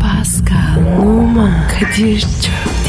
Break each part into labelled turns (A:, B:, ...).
A: Pascal, Oman, Kadir çok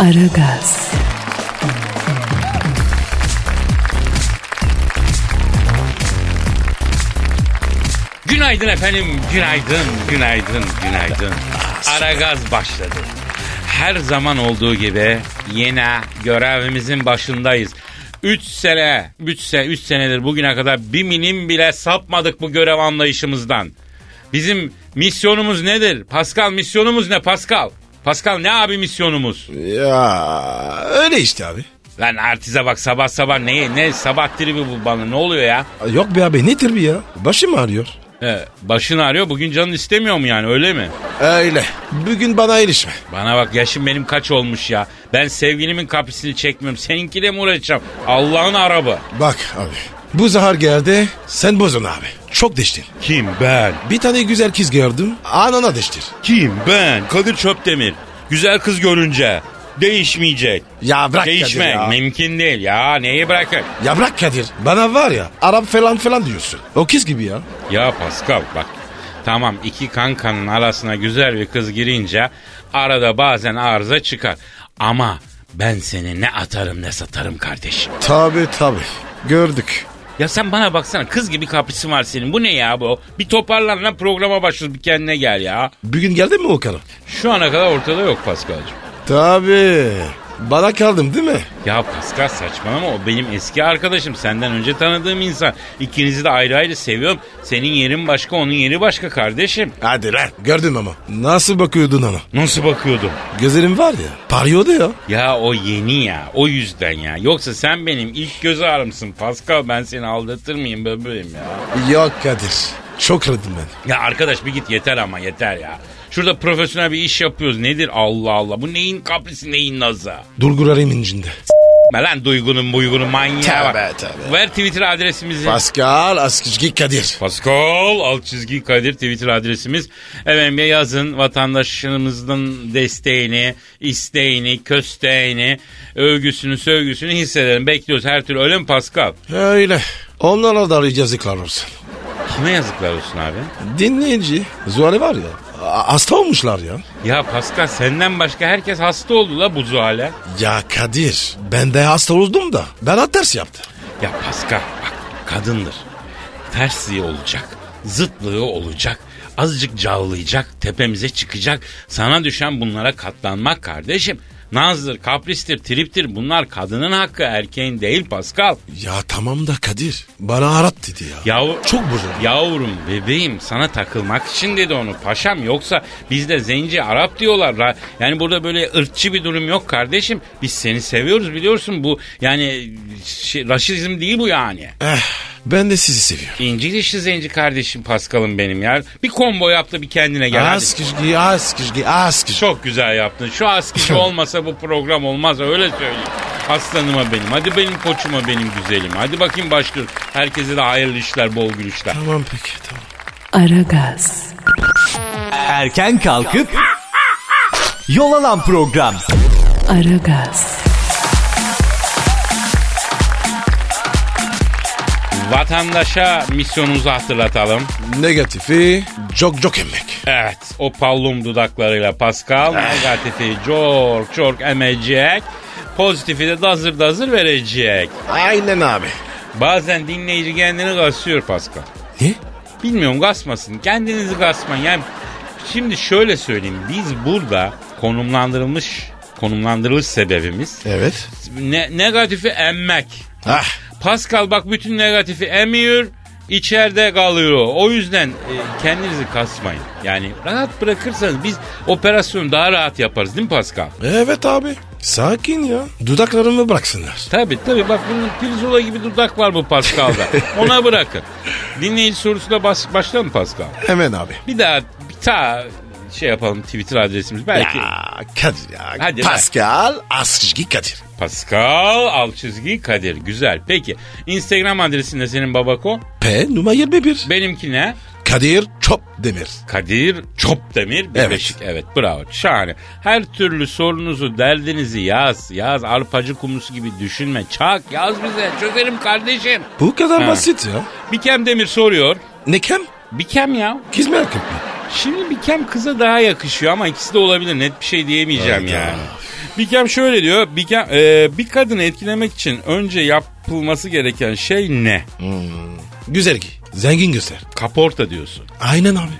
A: Aragaz,
B: Günaydın efendim, günaydın, günaydın, günaydın. Ara gaz başladı. Her zaman olduğu gibi yine görevimizin başındayız. 3 sene, 3 sene, 3 senedir bugüne kadar bir milim bile sapmadık bu görev anlayışımızdan. Bizim misyonumuz nedir? Pascal misyonumuz ne Pascal? Pascal ne abi misyonumuz?
C: Ya öyle işte abi.
B: Lan artize bak sabah sabah ne, ne sabah tribi bu bana ne oluyor ya?
C: Yok be abi nedir bir ya? Başım ağrıyor.
B: He, başın ağrıyor bugün canın istemiyor mu yani öyle mi?
C: Öyle. Bugün bana erişme.
B: Bana bak yaşım benim kaç olmuş ya. Ben sevgilimin kapısını çekmiyorum. Seninkiyle mi uğraşacağım? Allah'ın arabı.
C: Bak abi. Bu zahar geldi. Sen bozun abi. Çok deştir.
B: Kim ben?
C: Bir tane güzel kız gördüm. Anana deştir.
B: Kim ben? Kadir Çöptemir. Güzel kız görünce değişmeyecek.
C: Ya bırak
B: Değişmek
C: Kadir ya.
B: mümkün değil. Ya neyi bırakır?
C: Ya bırak Kadir. Bana var ya Arap falan falan diyorsun. O kız gibi ya.
B: Ya Pascal bak. Tamam iki kankanın arasına güzel bir kız girince arada bazen arıza çıkar. Ama ben seni ne atarım ne satarım kardeşim.
C: Tabi tabi. Gördük.
B: Ya sen bana baksana kız gibi kaprisin var senin. Bu ne ya bu? Bir toparlan lan programa başlıyoruz bir kendine gel ya.
C: Bugün geldi mi o karı?
B: Şu ana kadar ortada yok Paskal'cığım.
C: Tabi. Bana kaldım değil mi?
B: Ya Paskal saçmalama o benim eski arkadaşım senden önce tanıdığım insan. İkinizi de ayrı ayrı seviyorum. Senin yerin başka onun yeri başka kardeşim.
C: Hadi lan. Gördüm ama. Nasıl bakıyordun ona?
B: Nasıl bakıyordum?
C: Gözlerim var ya. Parıyordu ya.
B: Ya o yeni ya o yüzden ya. Yoksa sen benim ilk göz ağrımsın Pascal ben seni aldatır mıyım bebeğim ya.
C: Yok Kadir. Çok radım ben.
B: Ya arkadaş bir git yeter ama yeter ya. Şurada profesyonel bir iş yapıyoruz. Nedir Allah Allah? Bu neyin kaprisi neyin nazı?
C: Durgularım incinde.
B: Me lan duygunun buygunun manyağı
C: Tövbe,
B: var.
C: tövbe.
B: Ver Twitter adresimizi.
C: Pascal Askışki Kadir.
B: Pascal alt çizgi Kadir Twitter adresimiz. Efendim ya yazın vatandaşımızın desteğini, isteğini, kösteğini, övgüsünü, sövgüsünü hissedelim. Bekliyoruz her türlü. Öyle mi Pascal?
C: Öyle. Onlara da yazıklar olsun.
B: Kime yazıklar olsun abi?
C: Dinleyici. Zuhal var ya. a- Hasta olmuşlar ya.
B: Ya Pascal senden başka herkes hasta oldu la bu zuhale.
C: Ya Kadir. Ben de hasta oldum da. Bana ters yaptı.
B: Ya Pascal bak kadındır. Tersliği olacak. Zıtlığı olacak. Azıcık cavlayacak. Tepemize çıkacak. Sana düşen bunlara katlanmak kardeşim. Nazdır, kapristir, triptir bunlar kadının hakkı erkeğin değil Pascal.
C: Ya tamam da Kadir. Bana arat dedi ya.
B: Yahu,
C: Çok bozuldu.
B: Yavrum bebeğim sana takılmak için dedi onu paşam yoksa bizde zenci Arap diyorlar. Ra- Yani burada böyle ırkçı bir durum yok kardeşim. Biz seni seviyoruz biliyorsun bu yani şey, raşizm değil bu yani.
C: Eh, ben de sizi seviyorum.
B: İnci dişli zenci kardeşim Paskal'ım benim ya. Bir kombo yap da bir kendine gel. hadi.
C: Askışki, Askışki, Askışki.
B: Çok güzel yaptın. Şu askıcı olmasa bu program olmaz öyle söyleyeyim. Aslanıma benim. Hadi benim koçuma benim güzelim. Hadi bakayım başlıyoruz. Herkese de hayırlı işler, bol gülüşler.
C: Tamam peki tamam.
A: Aragaz,
D: Erken kalkıp yol alan program.
A: Aragaz,
B: Vatandaşa misyonumuzu hatırlatalım.
C: Negatifi çok çok emmek.
B: Evet o pallum dudaklarıyla Pascal negatifi çok çok emecek. Pozitifi de dazır dazır verecek.
C: Aynen abi.
B: Bazen dinleyici kendini kasıyor Pascal.
C: Ne?
B: Bilmiyorum gasmasın. Kendinizi gasmayın. Yani şimdi şöyle söyleyeyim. Biz burada konumlandırılmış konumlandırılış sebebimiz
C: Evet.
B: ne- negatifi emmek.
C: Ah.
B: Pascal bak bütün negatifi emiyor. içeride kalıyor. O yüzden e, kendinizi kasmayın. Yani rahat bırakırsanız biz operasyonu daha rahat yaparız değil mi Pascal?
C: Evet abi. Sakin ya. Dudaklarımı bıraksınlar.
B: Tabi tabi bak bunun pirzola gibi dudak var bu Pascal'da. Ona bırakın. Dinleyici sorusuyla bas, başla mı Pascal?
C: Hemen abi.
B: Bir daha bir ta şey yapalım Twitter adresimiz belki.
C: Ya Kadir ya.
B: Hadi
C: Pascal Askışki Kadir.
B: Pascal alt çizgi Kadir. Güzel. Peki Instagram adresin ne senin babako?
C: P numara 21.
B: Benimki ne?
C: Kadir Çop Demir.
B: Kadir Çopdemir Birleşik. Evet. bravo. Şahane. Her türlü sorunuzu, derdinizi yaz. Yaz. Arpacı kumrusu gibi düşünme. Çak. Yaz bize. Çözelim kardeşim.
C: Bu kadar
B: Ha.
C: basit ya.
B: Bikem Demir soruyor.
C: Nekem?
B: Bikem ya.
C: Kız mı erkek mi?
B: Şimdi Bikem kıza daha yakışıyor ama ikisi de olabilir. Net bir şey diyemeyeceğim
C: Hayda.
B: yani. Bikem şöyle diyor. Bikem, e, bir kadını etkilemek için önce yapılması gereken şey ne?
C: Güzel giy. Zengin göster.
B: Kaporta diyorsun.
C: Aynen abi.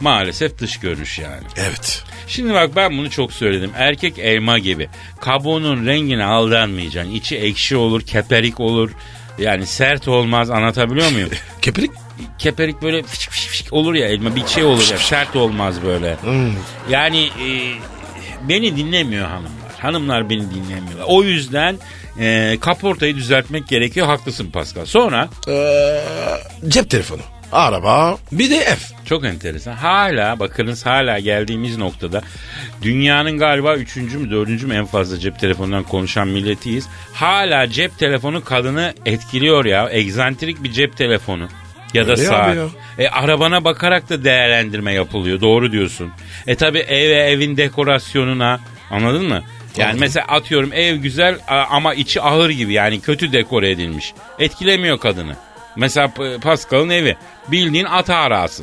B: Maalesef dış görünüş yani.
C: Evet.
B: Şimdi bak ben bunu çok söyledim. Erkek elma gibi. Kabuğunun rengine aldanmayacaksın. İçi ekşi olur, keperik olur. Yani sert olmaz anlatabiliyor muyum?
C: Kepirik?
B: keperik böyle fışk fışk fışk olur ya elma bir şey olur ya sert olmaz böyle.
C: Hmm.
B: Yani e, beni dinlemiyor hanımlar. Hanımlar beni dinlemiyorlar. O yüzden e, kaportayı düzeltmek gerekiyor. Haklısın Pascal. Sonra
C: Cep telefonu. Araba. Bir de ev.
B: Çok enteresan. Hala bakınız hala geldiğimiz noktada dünyanın galiba üçüncü mü dördüncü mü en fazla cep telefonundan konuşan milletiyiz. Hala cep telefonu kadını etkiliyor ya. Egzantrik bir cep telefonu. Ya da
C: Öyle
B: saat.
C: abi ya.
B: E, arabana bakarak da değerlendirme yapılıyor. Doğru diyorsun. E tabi eve evin dekorasyonuna anladın mı? Yani
C: Anladım.
B: mesela atıyorum ev güzel a- ama içi ahır gibi yani kötü dekore edilmiş. Etkilemiyor kadını. Mesela P- Pascal'ın evi bildiğin at arası.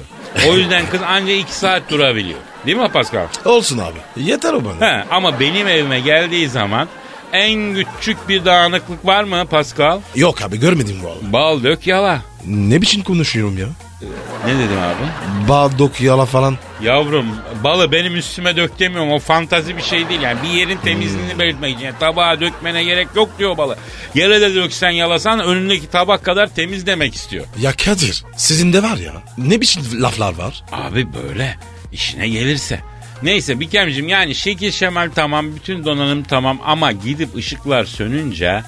B: O yüzden kız anca iki saat durabiliyor. Değil mi Pascal?
C: Olsun abi. Yeter o bana.
B: He, ama benim evime geldiği zaman en küçük bir dağınıklık var mı Pascal?
C: Yok abi görmedim valla.
B: Bal dök yala.
C: Ne biçim konuşuyorum ya?
B: Ne dedim abi?
C: Badok yala falan.
B: Yavrum balı benim üstüme dök demiyorum o fantazi bir şey değil yani bir yerin temizliğini belirtmek için Yani tabağa dökmene gerek yok diyor balı. Yere de döksen yalasan önündeki tabak kadar temiz demek istiyor.
C: Ya Kadir sizin de var ya. Ne biçim laflar var?
B: Abi böyle işine gelirse. Neyse Bikem'cim yani şekil şemal tamam bütün donanım tamam ama gidip ışıklar sönünce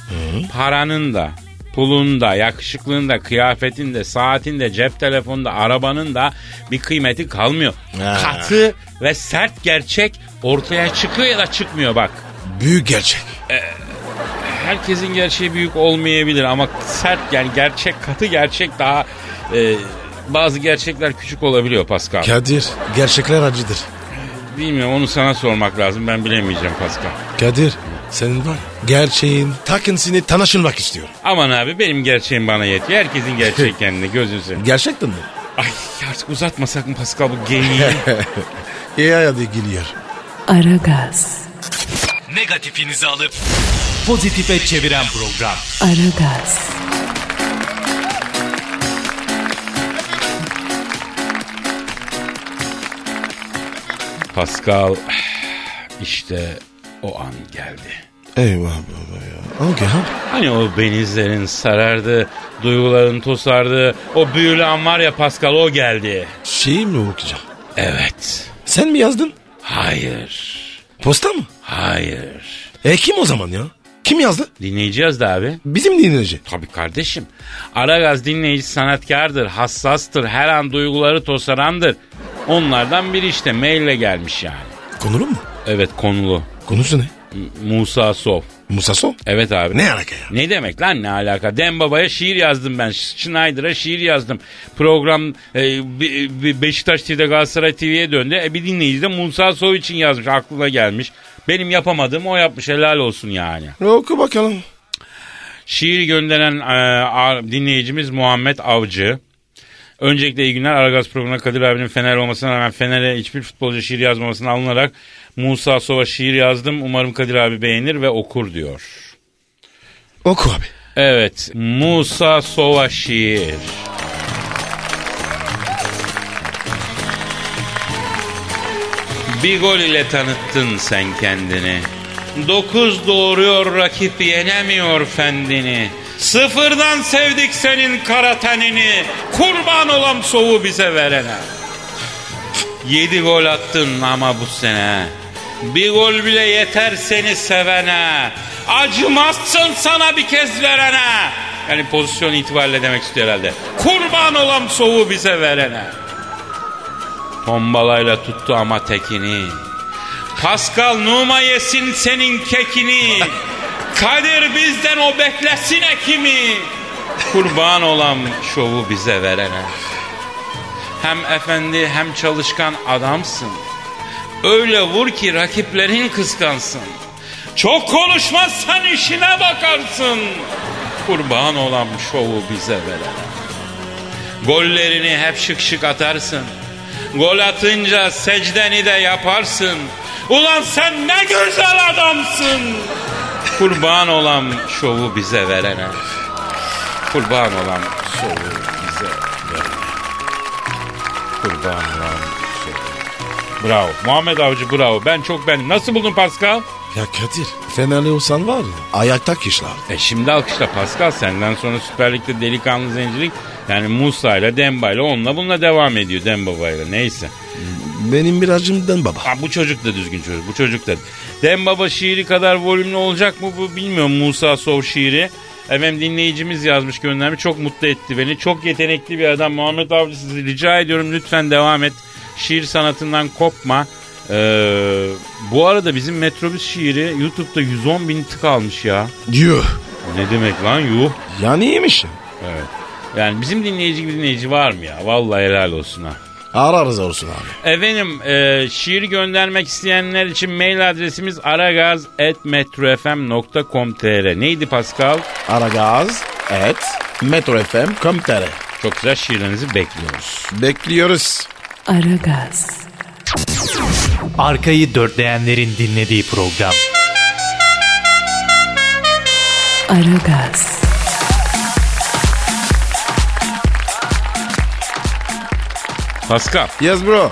B: paranın da pulun da yakışıklığın da kıyafetin de saatin de cep telefonun da arabanın da bir kıymeti kalmıyor.
C: Ha.
B: Katı ve sert gerçek ortaya çıkıyor ya da çıkmıyor bak.
C: Büyük gerçek.
B: Herkesin gerçeği büyük olmayabilir ama sert yani gerçek katı gerçek daha e, bazı gerçekler küçük olabiliyor Pascal.
C: Kadir gerçekler acıdır.
B: Bilmiyorum onu sana sormak lazım ben bilemeyeceğim Pascal.
C: Kadir senin var ya, gerçeğin takınsını tanışılmak istiyorum.
B: Aman abi benim gerçeğim bana yetiyor. Herkesin gerçeği kendine gözün seveyim.
C: Gerçekten mi?
B: Ay artık uzatmasak mı Pascal bu geyiği?
C: İyi hadi geliyor.
A: Aragaz,
D: Negatifinizi alıp pozitife çeviren program.
A: Aragaz,
B: Pascal işte o an geldi.
C: Eyvah baba ya. Okey ha.
B: Hani o benizlerin sarardı, duyguların tosardı. O büyülü an var ya Pascal o geldi.
C: Şeyi mi okuyacağım?
B: Evet.
C: Sen mi yazdın?
B: Hayır.
C: Posta mı?
B: Hayır.
C: E kim o zaman ya? Kim yazdı?
B: Dinleyeceğiz de abi.
C: Bizim dinleyici.
B: Tabii kardeşim. Aragaz dinleyici sanatkardır, hassastır, her an duyguları tosarandır. Onlardan biri işte maille gelmiş yani.
C: Konulu mu?
B: Evet konulu.
C: Konusu ne?
B: M- Musa Sov.
C: Musa Sol.
B: Evet abi.
C: Ne alaka ya?
B: Ne demek lan ne alaka? Dem Baba'ya şiir yazdım ben. Ş- Schneider'a şiir yazdım. Program e, Be- Be- Beşiktaş TV'de Galatasaray TV'ye döndü. E, bir dinleyici de Musa Sov için yazmış. Aklına gelmiş. Benim yapamadığım o yapmış. Helal olsun yani.
C: Oku bakalım.
B: Şiir gönderen e, a- dinleyicimiz Muhammed Avcı. Öncelikle iyi günler. Aragaz programına Kadir abinin Fener olmasına rağmen Fener'e hiçbir futbolcu şiir yazmamasına alınarak Musa Sova şiir yazdım. Umarım Kadir abi beğenir ve okur diyor.
C: Oku abi.
B: Evet Musa Sova şiir. Bir gol ile tanıttın sen kendini. Dokuz doğuruyor rakip yenemiyor fendini. Sıfırdan sevdik senin kara tenini. Kurban olam soğu bize verene. Yedi gol attın ama bu sene. Bir gol bile yeter seni sevene. Acımazsın sana bir kez verene. Yani pozisyon itibariyle demek istiyor herhalde. Kurban olam soğuğu bize verene. Tombalayla tuttu ama tekini. Pascal Numa yesin senin kekini. Kadir bizden o beklesin ekimi. Kurban olan şovu bize verene. Hem efendi hem çalışkan adamsın. Öyle vur ki rakiplerin kıskansın. Çok konuşmazsan işine bakarsın. Kurban olan şovu bize verene. Gollerini hep şık şık atarsın. Gol atınca secdeni de yaparsın. Ulan sen ne güzel adamsın. Kurban olan şovu bize verene. Kurban olan şovu bize verene. Kurban olan şovu. Bravo. Muhammed Avcı bravo. Ben çok beğendim. Nasıl buldun Pascal?
C: Ya Kadir Fenerli olsan var ya ayakta kişiler.
B: E şimdi alkışla Pascal senden sonra Süper Lig'de delikanlı zencilik yani Musa ile Demba ile onunla bununla devam ediyor Demba Bay'la neyse.
C: Benim birazcımdan baba.
B: Ha, bu çocuk da düzgün çocuk bu çocuk da. Dembaba şiiri kadar volümlü olacak mı bu bilmiyorum Musa Sov şiiri. Efendim dinleyicimiz yazmış göndermiş çok mutlu etti beni. Çok yetenekli bir adam Muhammed Avcı sizi rica ediyorum lütfen devam et. Şiir sanatından kopma. Ee, bu arada bizim Metrobüs şiiri YouTube'da 110 bin tık almış ya.
C: Diyor.
B: Ne demek lan yuh.
C: Yani iyiymiş.
B: Evet. Yani bizim dinleyici gibi dinleyici var mı ya? Vallahi helal olsun ha.
C: Ararız olsun abi.
B: Efendim e, şiir göndermek isteyenler için mail adresimiz aragaz.metrofm.com.tr Neydi Pascal?
C: Aragaz et Metro FM komutere.
B: Çok güzel şiirlerinizi bekliyoruz.
C: Bekliyoruz.
A: Aragaz,
D: Arkayı dörtleyenlerin dinlediği program.
A: Aragaz,
B: Pascal,
C: Yes bro.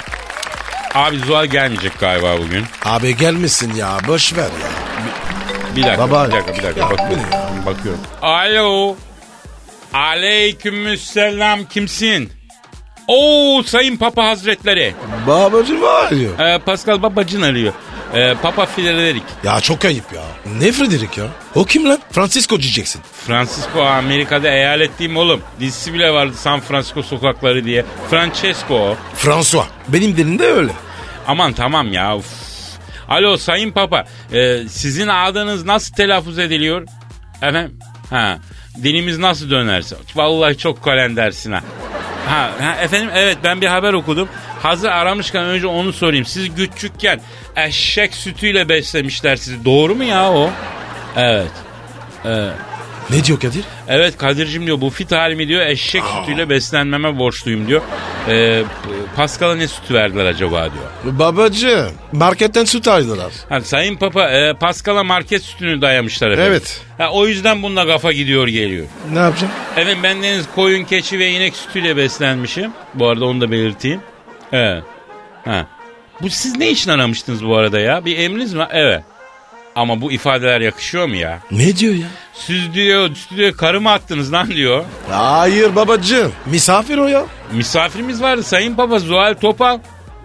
B: abi Zuhal gelmeyecek galiba bugün.
C: Abi gelmişsin ya boş ver ya.
B: Bir dakika,
C: Baba.
B: bir dakika, bir dakika.
C: Ya,
B: bakıyorum, bakıyorum. Alo. Aleykümselam kimsin? Oo Sayın Papa Hazretleri.
C: Babacı var diyor.
B: Ee, Pascal babacın arıyor. Ee, Papa Filelerik.
C: Ya çok ayıp ya. Ne Frederick ya? O kim lan? Francisco diyeceksin.
B: Francisco Amerika'da eyalet değil mi oğlum? Dizisi bile vardı San Francisco sokakları diye. Francesco o.
C: François. Benim dilimde öyle.
B: Aman tamam ya. uf. Alo Sayın Papa. e, sizin adınız nasıl telaffuz ediliyor? Efendim? Ha. Dilimiz nasıl dönerse. Vallahi çok kalendersin ha. Ha, ha, efendim evet ben bir haber okudum. Hazır aramışken önce onu sorayım. Siz küçükken eşek sütüyle beslemişler sizi. Doğru mu ya o? Evet. Evet.
C: Ne diyor Kadir?
B: Evet Kadir'cim diyor bu fit halimi diyor eşek sütüyle beslenmeme borçluyum diyor. Ee, Pascal'a ne sütü verdiler acaba diyor.
C: Babacı marketten süt aldılar.
B: Ha, Sayın Papa e, Pascal'a market sütünü dayamışlar efendim.
C: Evet.
B: Ha, o yüzden bununla kafa gidiyor geliyor.
C: Ne yapacağım?
B: Evet ben deniz koyun keçi ve inek sütüyle beslenmişim. Bu arada onu da belirteyim. Evet. Ha. Bu siz ne için aramıştınız bu arada ya? Bir emriniz mi? Evet. Ama bu ifadeler yakışıyor mu ya?
C: Ne diyor ya?
B: Siz diyor stüdyoya karı mı attınız lan diyor.
C: Hayır babacığım. Misafir o ya.
B: Misafirimiz vardı Sayın Baba Zuhal Topal.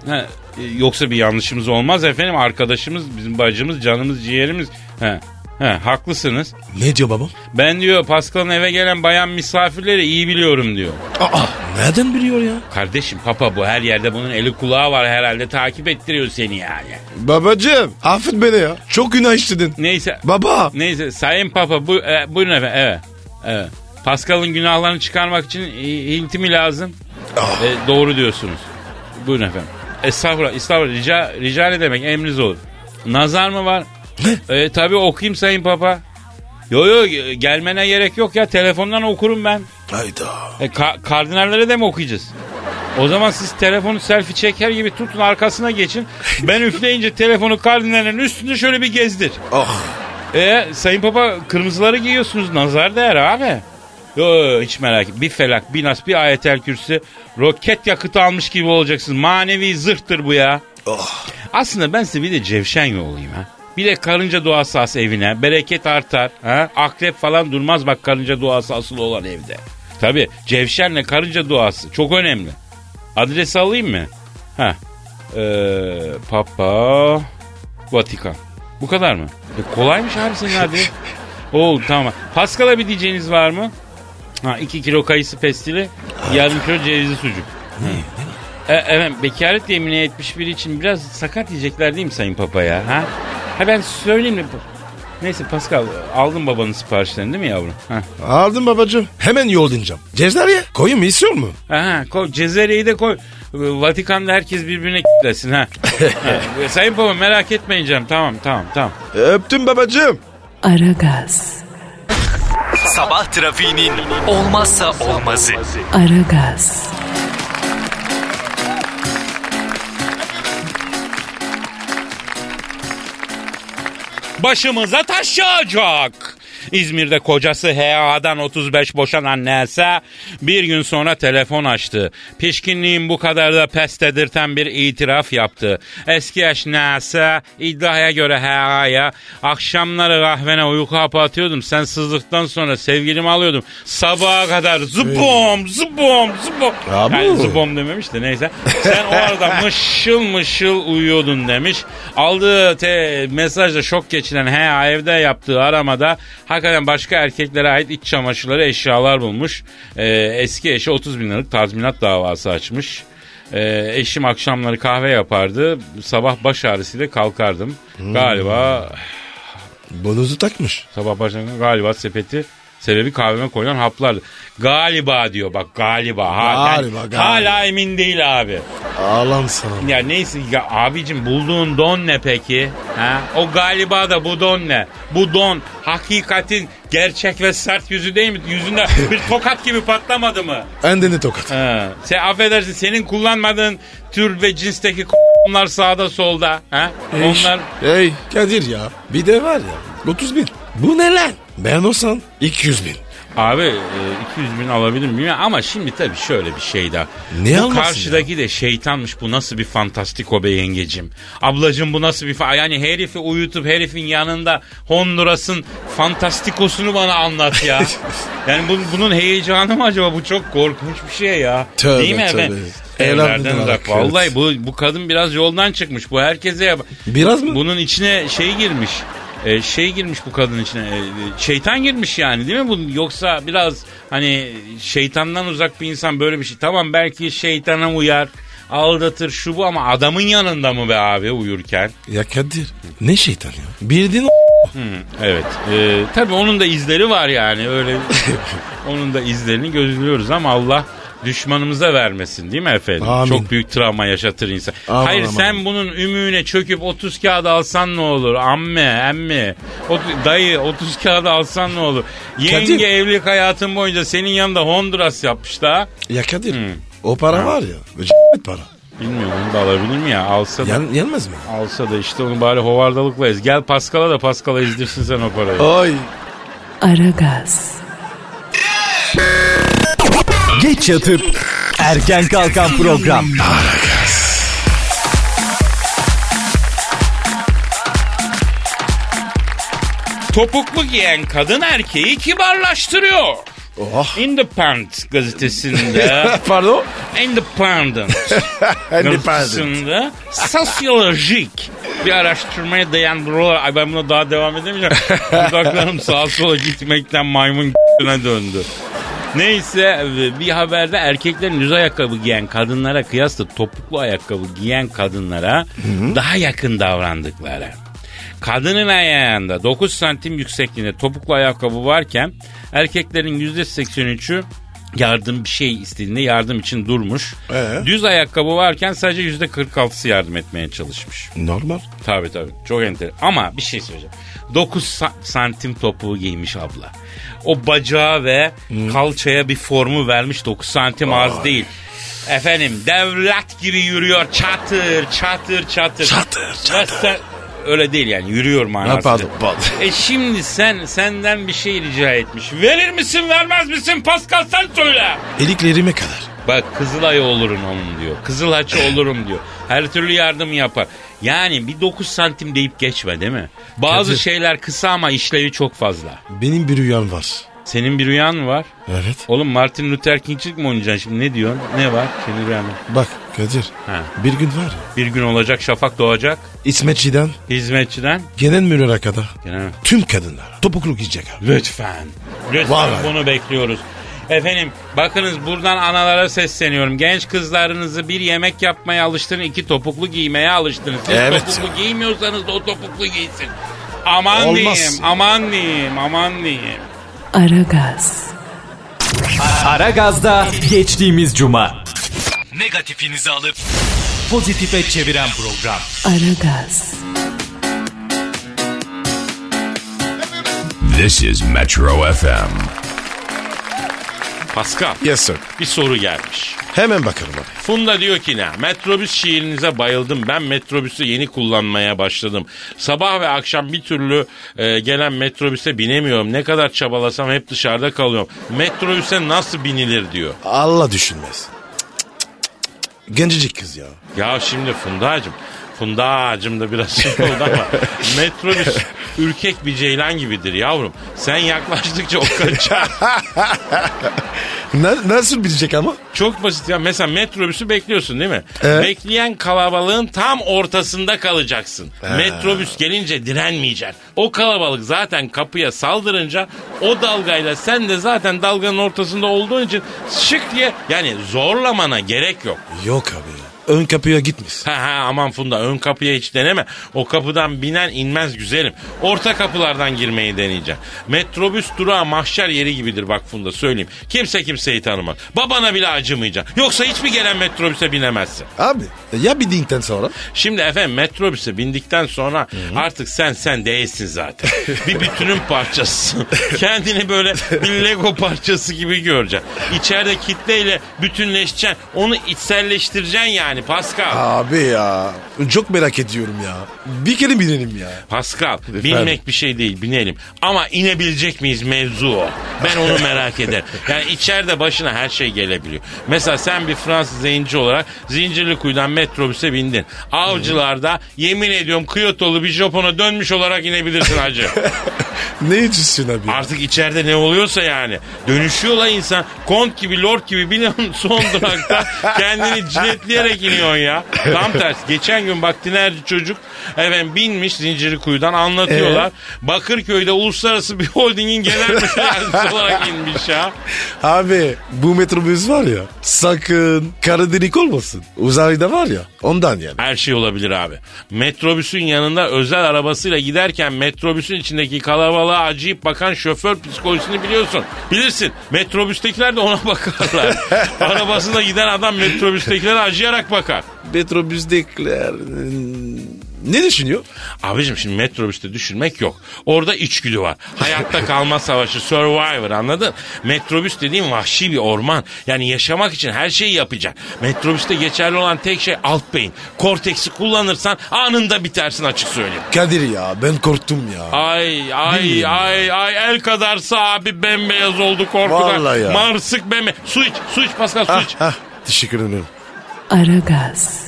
B: Ha, e, yoksa bir yanlışımız olmaz efendim. Arkadaşımız, bizim bacımız, canımız, ciğerimiz. Ha, ha, haklısınız.
C: Ne diyor babam?
B: Ben diyor Pascal'ın eve gelen bayan misafirleri iyi biliyorum diyor.
C: Aa nereden biliyor ya?
B: Kardeşim papa bu her yerde bunun eli kulağı var herhalde takip ettiriyor seni yani.
C: Babacığım affet beni ya. Çok günah işledin.
B: Neyse
C: Baba.
B: neyse Sayın Papa bu, e, buyurun efendim evet. evet. Pascal'ın günahlarını çıkarmak için e, hilti mi lazım?
C: Ah.
B: E, doğru diyorsunuz. Buyurun efendim. Estağfurullah, estağfurullah. Rica, rica ne demek? Emriniz olur. Nazar mı var? e, tabii okuyayım Sayın Papa. Yo yo e, gelmene gerek yok ya. Telefondan okurum ben.
C: Hayda.
B: E, ka- kardinallere de mi okuyacağız? O zaman siz telefonu selfie çeker gibi tutun arkasına geçin. Ben üfleyince telefonu kardinallerin üstünde şöyle bir gezdir.
C: Ah.
B: E Sayın Papa kırmızıları giyiyorsunuz nazar değer abi. Yo, yo, hiç merak etme. Bir felak, bir nas, bir ayetel kürsü. Roket yakıtı almış gibi olacaksın. Manevi zırhtır bu ya.
C: Oh.
B: Aslında ben size bir de cevşen yollayayım ha. Bir de karınca duası as evine. Bereket artar. Ha? Akrep falan durmaz bak karınca duası asılı olan evde. Tabi cevşenle karınca duası çok önemli. Adresi alayım mı? Ha. Ee, Papa Vatikan. Bu kadar mı? E, kolaymış abi senin adres. Oldu tamam. Paskal'a bir diyeceğiniz var mı? Ha 2 kilo kayısı pestili, yarım kilo cevizli sucuk. Hı. E, efendim bekaret yemini etmiş biri için biraz sakat yiyecekler değil mi Sayın Papa ya? Ha? ha ben söyleyeyim mi? Neyse Pascal aldın babanın siparişlerini değil mi yavrum? Ha.
C: Aldım babacığım. Hemen yollayacağım. Cezarye koyun mu istiyor mu?
B: Aha, koy, cezereyi de koy. Ee, Vatikan'da herkes birbirine kitlesin ha. Ha, e, Sayın Baba merak etmeyin canım. Tamam tamam tamam.
C: Öptüm babacığım.
A: Aragaz,
D: Sabah trafiğinin olmazsa olmazı.
A: Aragaz,
B: Başımıza taş yağacak. İzmir'de kocası HA'dan 35 boşanan Nelse bir gün sonra telefon açtı. Pişkinliğin bu kadar da pes dedirten bir itiraf yaptı. Eski eş Nelse iddiaya göre HA'ya akşamları kahvene uyku hapı atıyordum. Sen sızdıktan sonra sevgilimi alıyordum. Sabaha kadar zıbom zıbom zıbom.
C: Bravo.
B: Yani zıbom dememiş de neyse. Sen o arada mışıl mışıl uyuyordun demiş. Aldığı te- mesajda şok geçiren he evde yaptığı aramada hakikaten başka erkeklere ait iç çamaşırları eşyalar bulmuş. Ee, eski eşi 30 bin liralık tazminat davası açmış. Ee, eşim akşamları kahve yapardı. Sabah baş ağrısıyla kalkardım.
C: Hmm.
B: Galiba
C: Bonuzu takmış.
B: Sabah başlangıcı galiba sepeti sebebi kahveme koyulan haplardı. Galiba diyor bak galiba. Hala,
C: Galiba, galiba.
B: hala emin değil abi.
C: Ağlan sana.
B: Ya neyse ya abicim bulduğun don ne peki? Ha? O galiba da bu don ne? Bu don hakikatin gerçek ve sert yüzü değil mi? Yüzünde bir tokat gibi patlamadı mı?
C: Endeni tokat.
B: Ha. Sen affedersin senin kullanmadığın tür ve cinsteki onlar sağda solda. Ha? Onlar
C: Hey Kadir ya. Bir de var ya 30 bin. Bu ne lan? Ben olsam 200 bin.
B: Abi e, 200 bin alabilir miyim? Ama şimdi tabii şöyle bir şey daha.
C: Ne
B: bu
C: almasın
B: karşıdaki de şeytanmış. Bu nasıl bir fantastiko be yengecim. Ablacım bu nasıl bir... Fa- yani herifi uyutup herifin yanında Honduras'ın fantastikosunu bana anlat ya. yani bu- bunun heyecanı mı acaba? Bu çok korkunç bir şey ya.
C: Tövbe,
B: Değil mi
C: tövbe.
B: efendim?
C: Evlerden
B: Evlerden uzak.
C: uzak,
B: Vallahi
C: evet.
B: bu, bu kadın biraz yoldan çıkmış. Bu herkese yap.
C: Biraz mı?
B: Bunun içine şey girmiş. E, şey girmiş bu kadın içine. e, şeytan girmiş yani değil mi? Bu yoksa biraz hani şeytandan uzak bir insan böyle bir şey. Tamam belki şeytana uyar, aldatır şu bu ama adamın yanında mı be abi uyurken?
C: Ya Kadir ne şeytan ya? Bildiğin o-
B: Evet. E, tabii onun da izleri var yani. Öyle onun da izlerini gözlüyoruz ama Allah düşmanımıza vermesin değil mi efendim?
C: Amin.
B: Çok büyük travma yaşatır insan.
C: Aman,
B: Hayır
C: aman.
B: sen bunun ümüğüne çöküp 30 kağıda alsan ne olur? Amme, emmi, ot- dayı 30 kağıda alsan ne olur? Yenge
C: Kadir.
B: evlilik hayatın boyunca senin yanında Honduras yapmış da.
C: Ya Kadir o para var ya. c- para.
B: Bilmiyorum onu da alabilir mi ya? Alsa da.
C: Yan, yenmez mi?
B: Alsa da işte onu bari hovardalıkla ez. Gel Paskal'a da Paskal'a ezdirsin sen o parayı.
C: Ay.
A: Aragaz,
D: Geç yatıp erken kalkan program.
B: Topuklu giyen kadın erkeği kibarlaştırıyor.
C: Oh.
B: Independent gazetesinde
C: Pardon.
B: Independent gazetesinde sosyolojik bir araştırmaya dayandılar. Ay ben buna daha devam edemeyeceğim. Dudaklarım sağa sola gitmekten maymun döndü. Neyse e, bir haberde erkeklerin düz ayakkabı giyen kadınlara kıyasla topuklu ayakkabı giyen kadınlara daha yakın davrandıkları. Kadının ayağında 9 santim yüksekliğinde topuklu ayakkabı varken erkeklerin %83'ü yardım bir şey istediğinde yardım için durmuş.
C: Ee?
B: Düz ayakkabı varken sadece %46'sı yardım etmeye çalışmış.
C: Normal.
B: Tabii tabii. Çok enter. Ama bir şey söyleyeceğim. 9 sa- santim topuğu giymiş abla. O bacağa ve
C: Hmm.
B: kalçaya bir formu vermiş 9 santim az değil. Efendim devlet gibi yürüyor çatır çatır çatır.
C: Çatır, çatır.
B: Ya sen- öyle değil yani yürüyor manasında.
C: Ha, pardon, pardon.
B: E şimdi sen senden bir şey rica etmiş. Verir misin vermez misin Pascal sen söyle.
C: Eliklerime kadar.
B: Bak Kızılay olurum onun diyor. Kızılhaçı olurum diyor. Her türlü yardım yapar. Yani bir 9 santim deyip geçme değil mi? Bazı
C: Kadir.
B: şeyler kısa ama işlevi çok fazla.
C: Benim bir rüyam var.
B: Senin bir rüyan mı var?
C: Evet.
B: Oğlum Martin Luther King'çilik mi oynayacaksın şimdi? Ne diyorsun? Ne var senin rüyanda?
C: Bak Kadir.
B: Ha.
C: Bir gün var ya.
B: Bir gün olacak şafak doğacak.
C: İsmetçi'den
B: Hizmetçiden.
C: genel müdüre kadar
B: Gene-
C: tüm kadınlar topuklu giyecek abi.
B: Lütfen. Lütfen
C: Vallahi.
B: bunu bekliyoruz. Efendim bakınız buradan analara sesleniyorum. Genç kızlarınızı bir yemek yapmaya alıştırın, iki topuklu giymeye alıştırın. Siz
C: Evet.
B: topuklu giymiyorsanız da o topuklu giysin. Aman
C: Olmaz.
B: diyeyim, aman diyeyim, aman diyeyim.
A: Aragaz,
D: Aragaz'da geçtiğimiz cuma. Negatifinizi alıp pozitife çeviren program.
A: Aragaz,
E: This is Metro FM.
B: Pascal
C: Yes sir.
B: bir soru gelmiş.
C: Hemen bakalım abi.
B: Funda diyor ki ne? Metrobüs şiirinize bayıldım. Ben metrobüsü yeni kullanmaya başladım. Sabah ve akşam bir türlü e, gelen metrobüse binemiyorum. Ne kadar çabalasam hep dışarıda kalıyorum. Metrobüse nasıl binilir diyor.
C: Allah düşünmez. Cık, cık, cık, cık. Gencecik kız ya.
B: Ya şimdi Funda'cım Funda'cım da biraz şey oldu ama metrobüs ürkek bir ceylan gibidir yavrum. Sen yaklaştıkça o kaçar.
C: Na- nasıl bilecek ama?
B: Çok basit ya. Mesela metrobüsü bekliyorsun değil mi?
C: Evet.
B: Bekleyen kalabalığın tam ortasında kalacaksın. Metrobüs gelince direnmeyeceksin. O kalabalık zaten kapıya saldırınca o dalgayla sen de zaten dalganın ortasında olduğun için şık diye yani zorlamana gerek yok.
C: Yok abi ya. Ön kapıya gitmiş.
B: Ha ha aman Funda ön kapıya hiç deneme. O kapıdan binen inmez güzelim. Orta kapılardan girmeyi deneyeceğim. Metrobüs durağı mahşer yeri gibidir bak Funda söyleyeyim. Kimse kimseyi tanımaz. Babana bile acımayacaksın. Yoksa hiçbir gelen metrobüse binemezsin.
C: Abi ya bir dinkten sonra?
B: Şimdi efendim metrobüse bindikten sonra artık sen sen değilsin zaten. bir bütünün parçasısın. Kendini böyle bir Lego parçası gibi göreceksin. İçeride kitleyle bütünleşeceksin. Onu içselleştireceksin yani Pascal.
C: Abi ya. Çok merak ediyorum ya. Bir kere binelim ya.
B: Pascal bilmek bir şey değil binelim. Ama inebilecek miyiz mevzu o. Ben onu merak ederim. Yani içeride başına her şey gelebiliyor. Mesela sen bir Fransız zenci olarak Zincirlikuyu'dan metrobüse bindin. Avcılarda yemin ediyorum Kyoto'lu bir Japon'a dönmüş olarak inebilirsin hacı.
C: Ne içiyorsun abi?
B: Artık içeride ne oluyorsa yani. Dönüşüyor la insan. Kont gibi, lord gibi biliyorsun son durakta kendini ciletleyerek iniyorsun ya. Tam tersi. Geçen gün bak dinerci çocuk efendim binmiş zinciri kuyudan anlatıyorlar. Bakırköy'de uluslararası bir holdingin genel müdürü olarak inmiş ya.
C: Abi bu metrobüs var ya sakın kara delik olmasın. Uzayda var ya ondan yani.
B: Her şey olabilir abi. Metrobüsün yanında özel arabasıyla giderken metrobüsün içindeki kalabalığa acıyıp bakan şoför psikolojisini biliyorsun. Bilirsin. Metrobüstekiler de ona bakarlar. Arabasında giden adam metrobüstekilere acıyarak bakar.
C: Metrobüsdekiler hmm, ne düşünüyor?
B: Abicim şimdi metrobüste düşünmek yok. Orada içgüdü var. Hayatta kalma savaşı, survivor anladın? Metrobüs dediğin vahşi bir orman. Yani yaşamak için her şeyi yapacaksın. Metrobüste geçerli olan tek şey alt beyin. Korteksi kullanırsan anında bitersin açık söyleyeyim.
C: Kadir ya ben korktum ya.
B: Ay ay ay ay el kadarsa abi bembeyaz oldu korkudan.
C: Vallahi ya.
B: Marsık bembe. Su iç, su iç Pascal su iç.
C: ah, ah, teşekkür ederim.
A: Aragaz,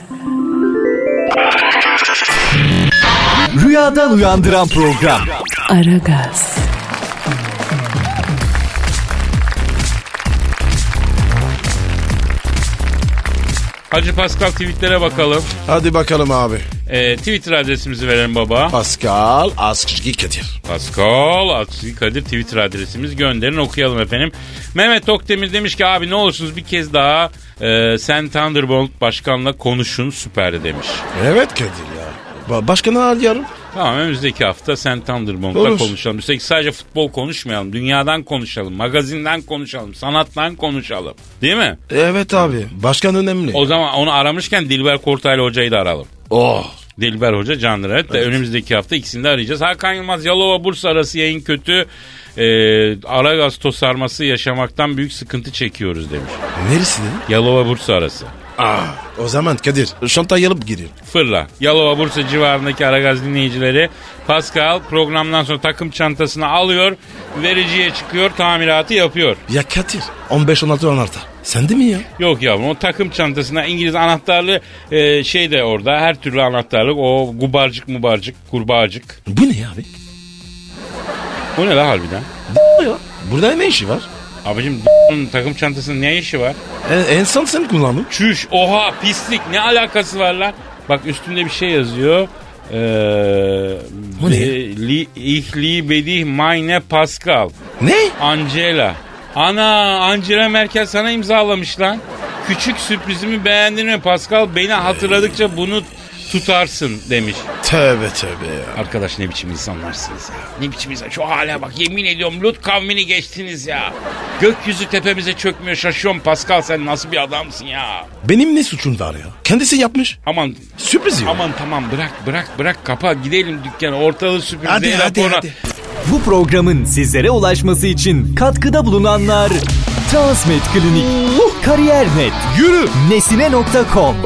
D: Rüyadan uyandıran program.
A: Aragaz,
B: Hacı Pascal tweetlere bakalım.
C: Hadi bakalım abi.
B: Ee, Twitter adresimizi verelim baba.
C: Pascal Askışki Kadir.
B: Pascal Askizgi Kadir Twitter adresimiz gönderin okuyalım efendim. Mehmet Okdemir demiş ki abi ne olursunuz bir kez daha e, sen Thunderbolt başkanla konuşun süper demiş.
C: Evet Kadir ya. Ba- başkanı arıyorum.
B: Tamam önümüzdeki hafta sen Thunderbolt'la
C: Olur.
B: konuşalım. Üstelik sadece futbol konuşmayalım. Dünyadan konuşalım. Magazinden konuşalım. Sanattan konuşalım. Değil mi?
C: Evet abi. Başkan önemli.
B: O zaman onu aramışken Dilber Kortaylı Hoca'yı da aralım.
C: oh.
B: Dilber Hoca, Can Rırat da önümüzdeki hafta ikisini de arayacağız. Hakan Yılmaz, Yalova, Bursa arası yayın kötü. Ee, Aragaz tosarması yaşamaktan büyük sıkıntı çekiyoruz demiş.
C: Neresinin?
B: Yalova, Bursa arası.
C: O zaman Kadir şantayı alıp giriyor.
B: Fırla. Yalova Bursa civarındaki Aragaz dinleyicileri Pascal programdan sonra takım çantasını alıyor, vericiye çıkıyor, tamiratı yapıyor.
C: Ya Kadir 15-16 onarda. Sen de mi ya?
B: Yok yavrum o takım çantasına İngiliz anahtarlı e, şey de orada her türlü anahtarlık o gubarcık mubarcık kurbağacık.
C: Bu ne ya abi?
B: O ne la harbiden?
C: Bu ya. Burada ne işi var?
B: Abicim d***'nin takım çantasının ne işi var?
C: En, en son sen kullandın.
B: Çüş, oha, pislik ne alakası var lan? Bak üstünde bir şey yazıyor. Ee,
C: Bu ne?
B: Li, ihli bedih mayne Pascal.
C: Ne?
B: Angela. Ana Angela Merkel sana imzalamış lan. Küçük sürprizimi beğendin mi Pascal? Beni hatırladıkça bunu tutarsın demiş.
C: Tövbe tövbe ya.
B: Arkadaş ne biçim insanlarsınız ya. Ne biçim insan. Şu hale bak yemin ediyorum Lut kavmini geçtiniz ya. Gökyüzü tepemize çökmüyor şaşıyorum Pascal sen nasıl bir adamsın ya.
C: Benim ne suçum var ya? Kendisi yapmış.
B: Aman
C: Sürpriz ya.
B: aman tamam bırak bırak bırak kapa gidelim dükkana ortalığı sürprize
C: Hadi
B: el
C: hadi
B: atma ona.
C: hadi.
D: Bu programın sizlere ulaşması için katkıda bulunanlar Transmed Klinik, Kariyer.net,
C: Yürü.
D: Nesine.com,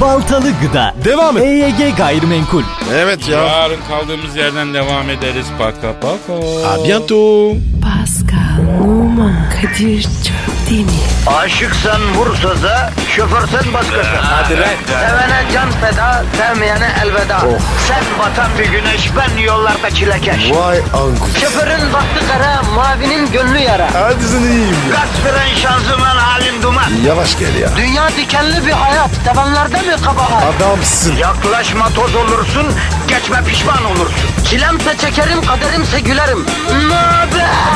D: Baltalı Gıda,
C: Devam et.
D: EYG Gayrimenkul.
C: Evet ya.
B: Yarın kaldığımız yerden devam ederiz paka paka.
C: A bientôt.
A: Pascal, Oman, Kadir çok değil mi?
F: Aşıksan vursa da, şoförsen başkasın. Hadi Sevene can feda, sevmeyene elveda.
C: Oh.
F: Sen batan bir güneş, ben yollarda çilekeş.
C: Vay anku.
F: Şoförün baktı kara, mavinin gönlü yara.
C: Hadi sen iyiyim ya.
F: Kasperen şanzıman halin duman.
C: Yavaş gel ya.
F: Dünya dikenli bir hayat, sevenlerde mi kabahar?
C: Adamsın.
F: Yaklaşma toz olursun, geçme pişman olursun. Çilemse çekerim, kaderimse gülerim. Möber!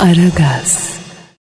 A: Aragaz.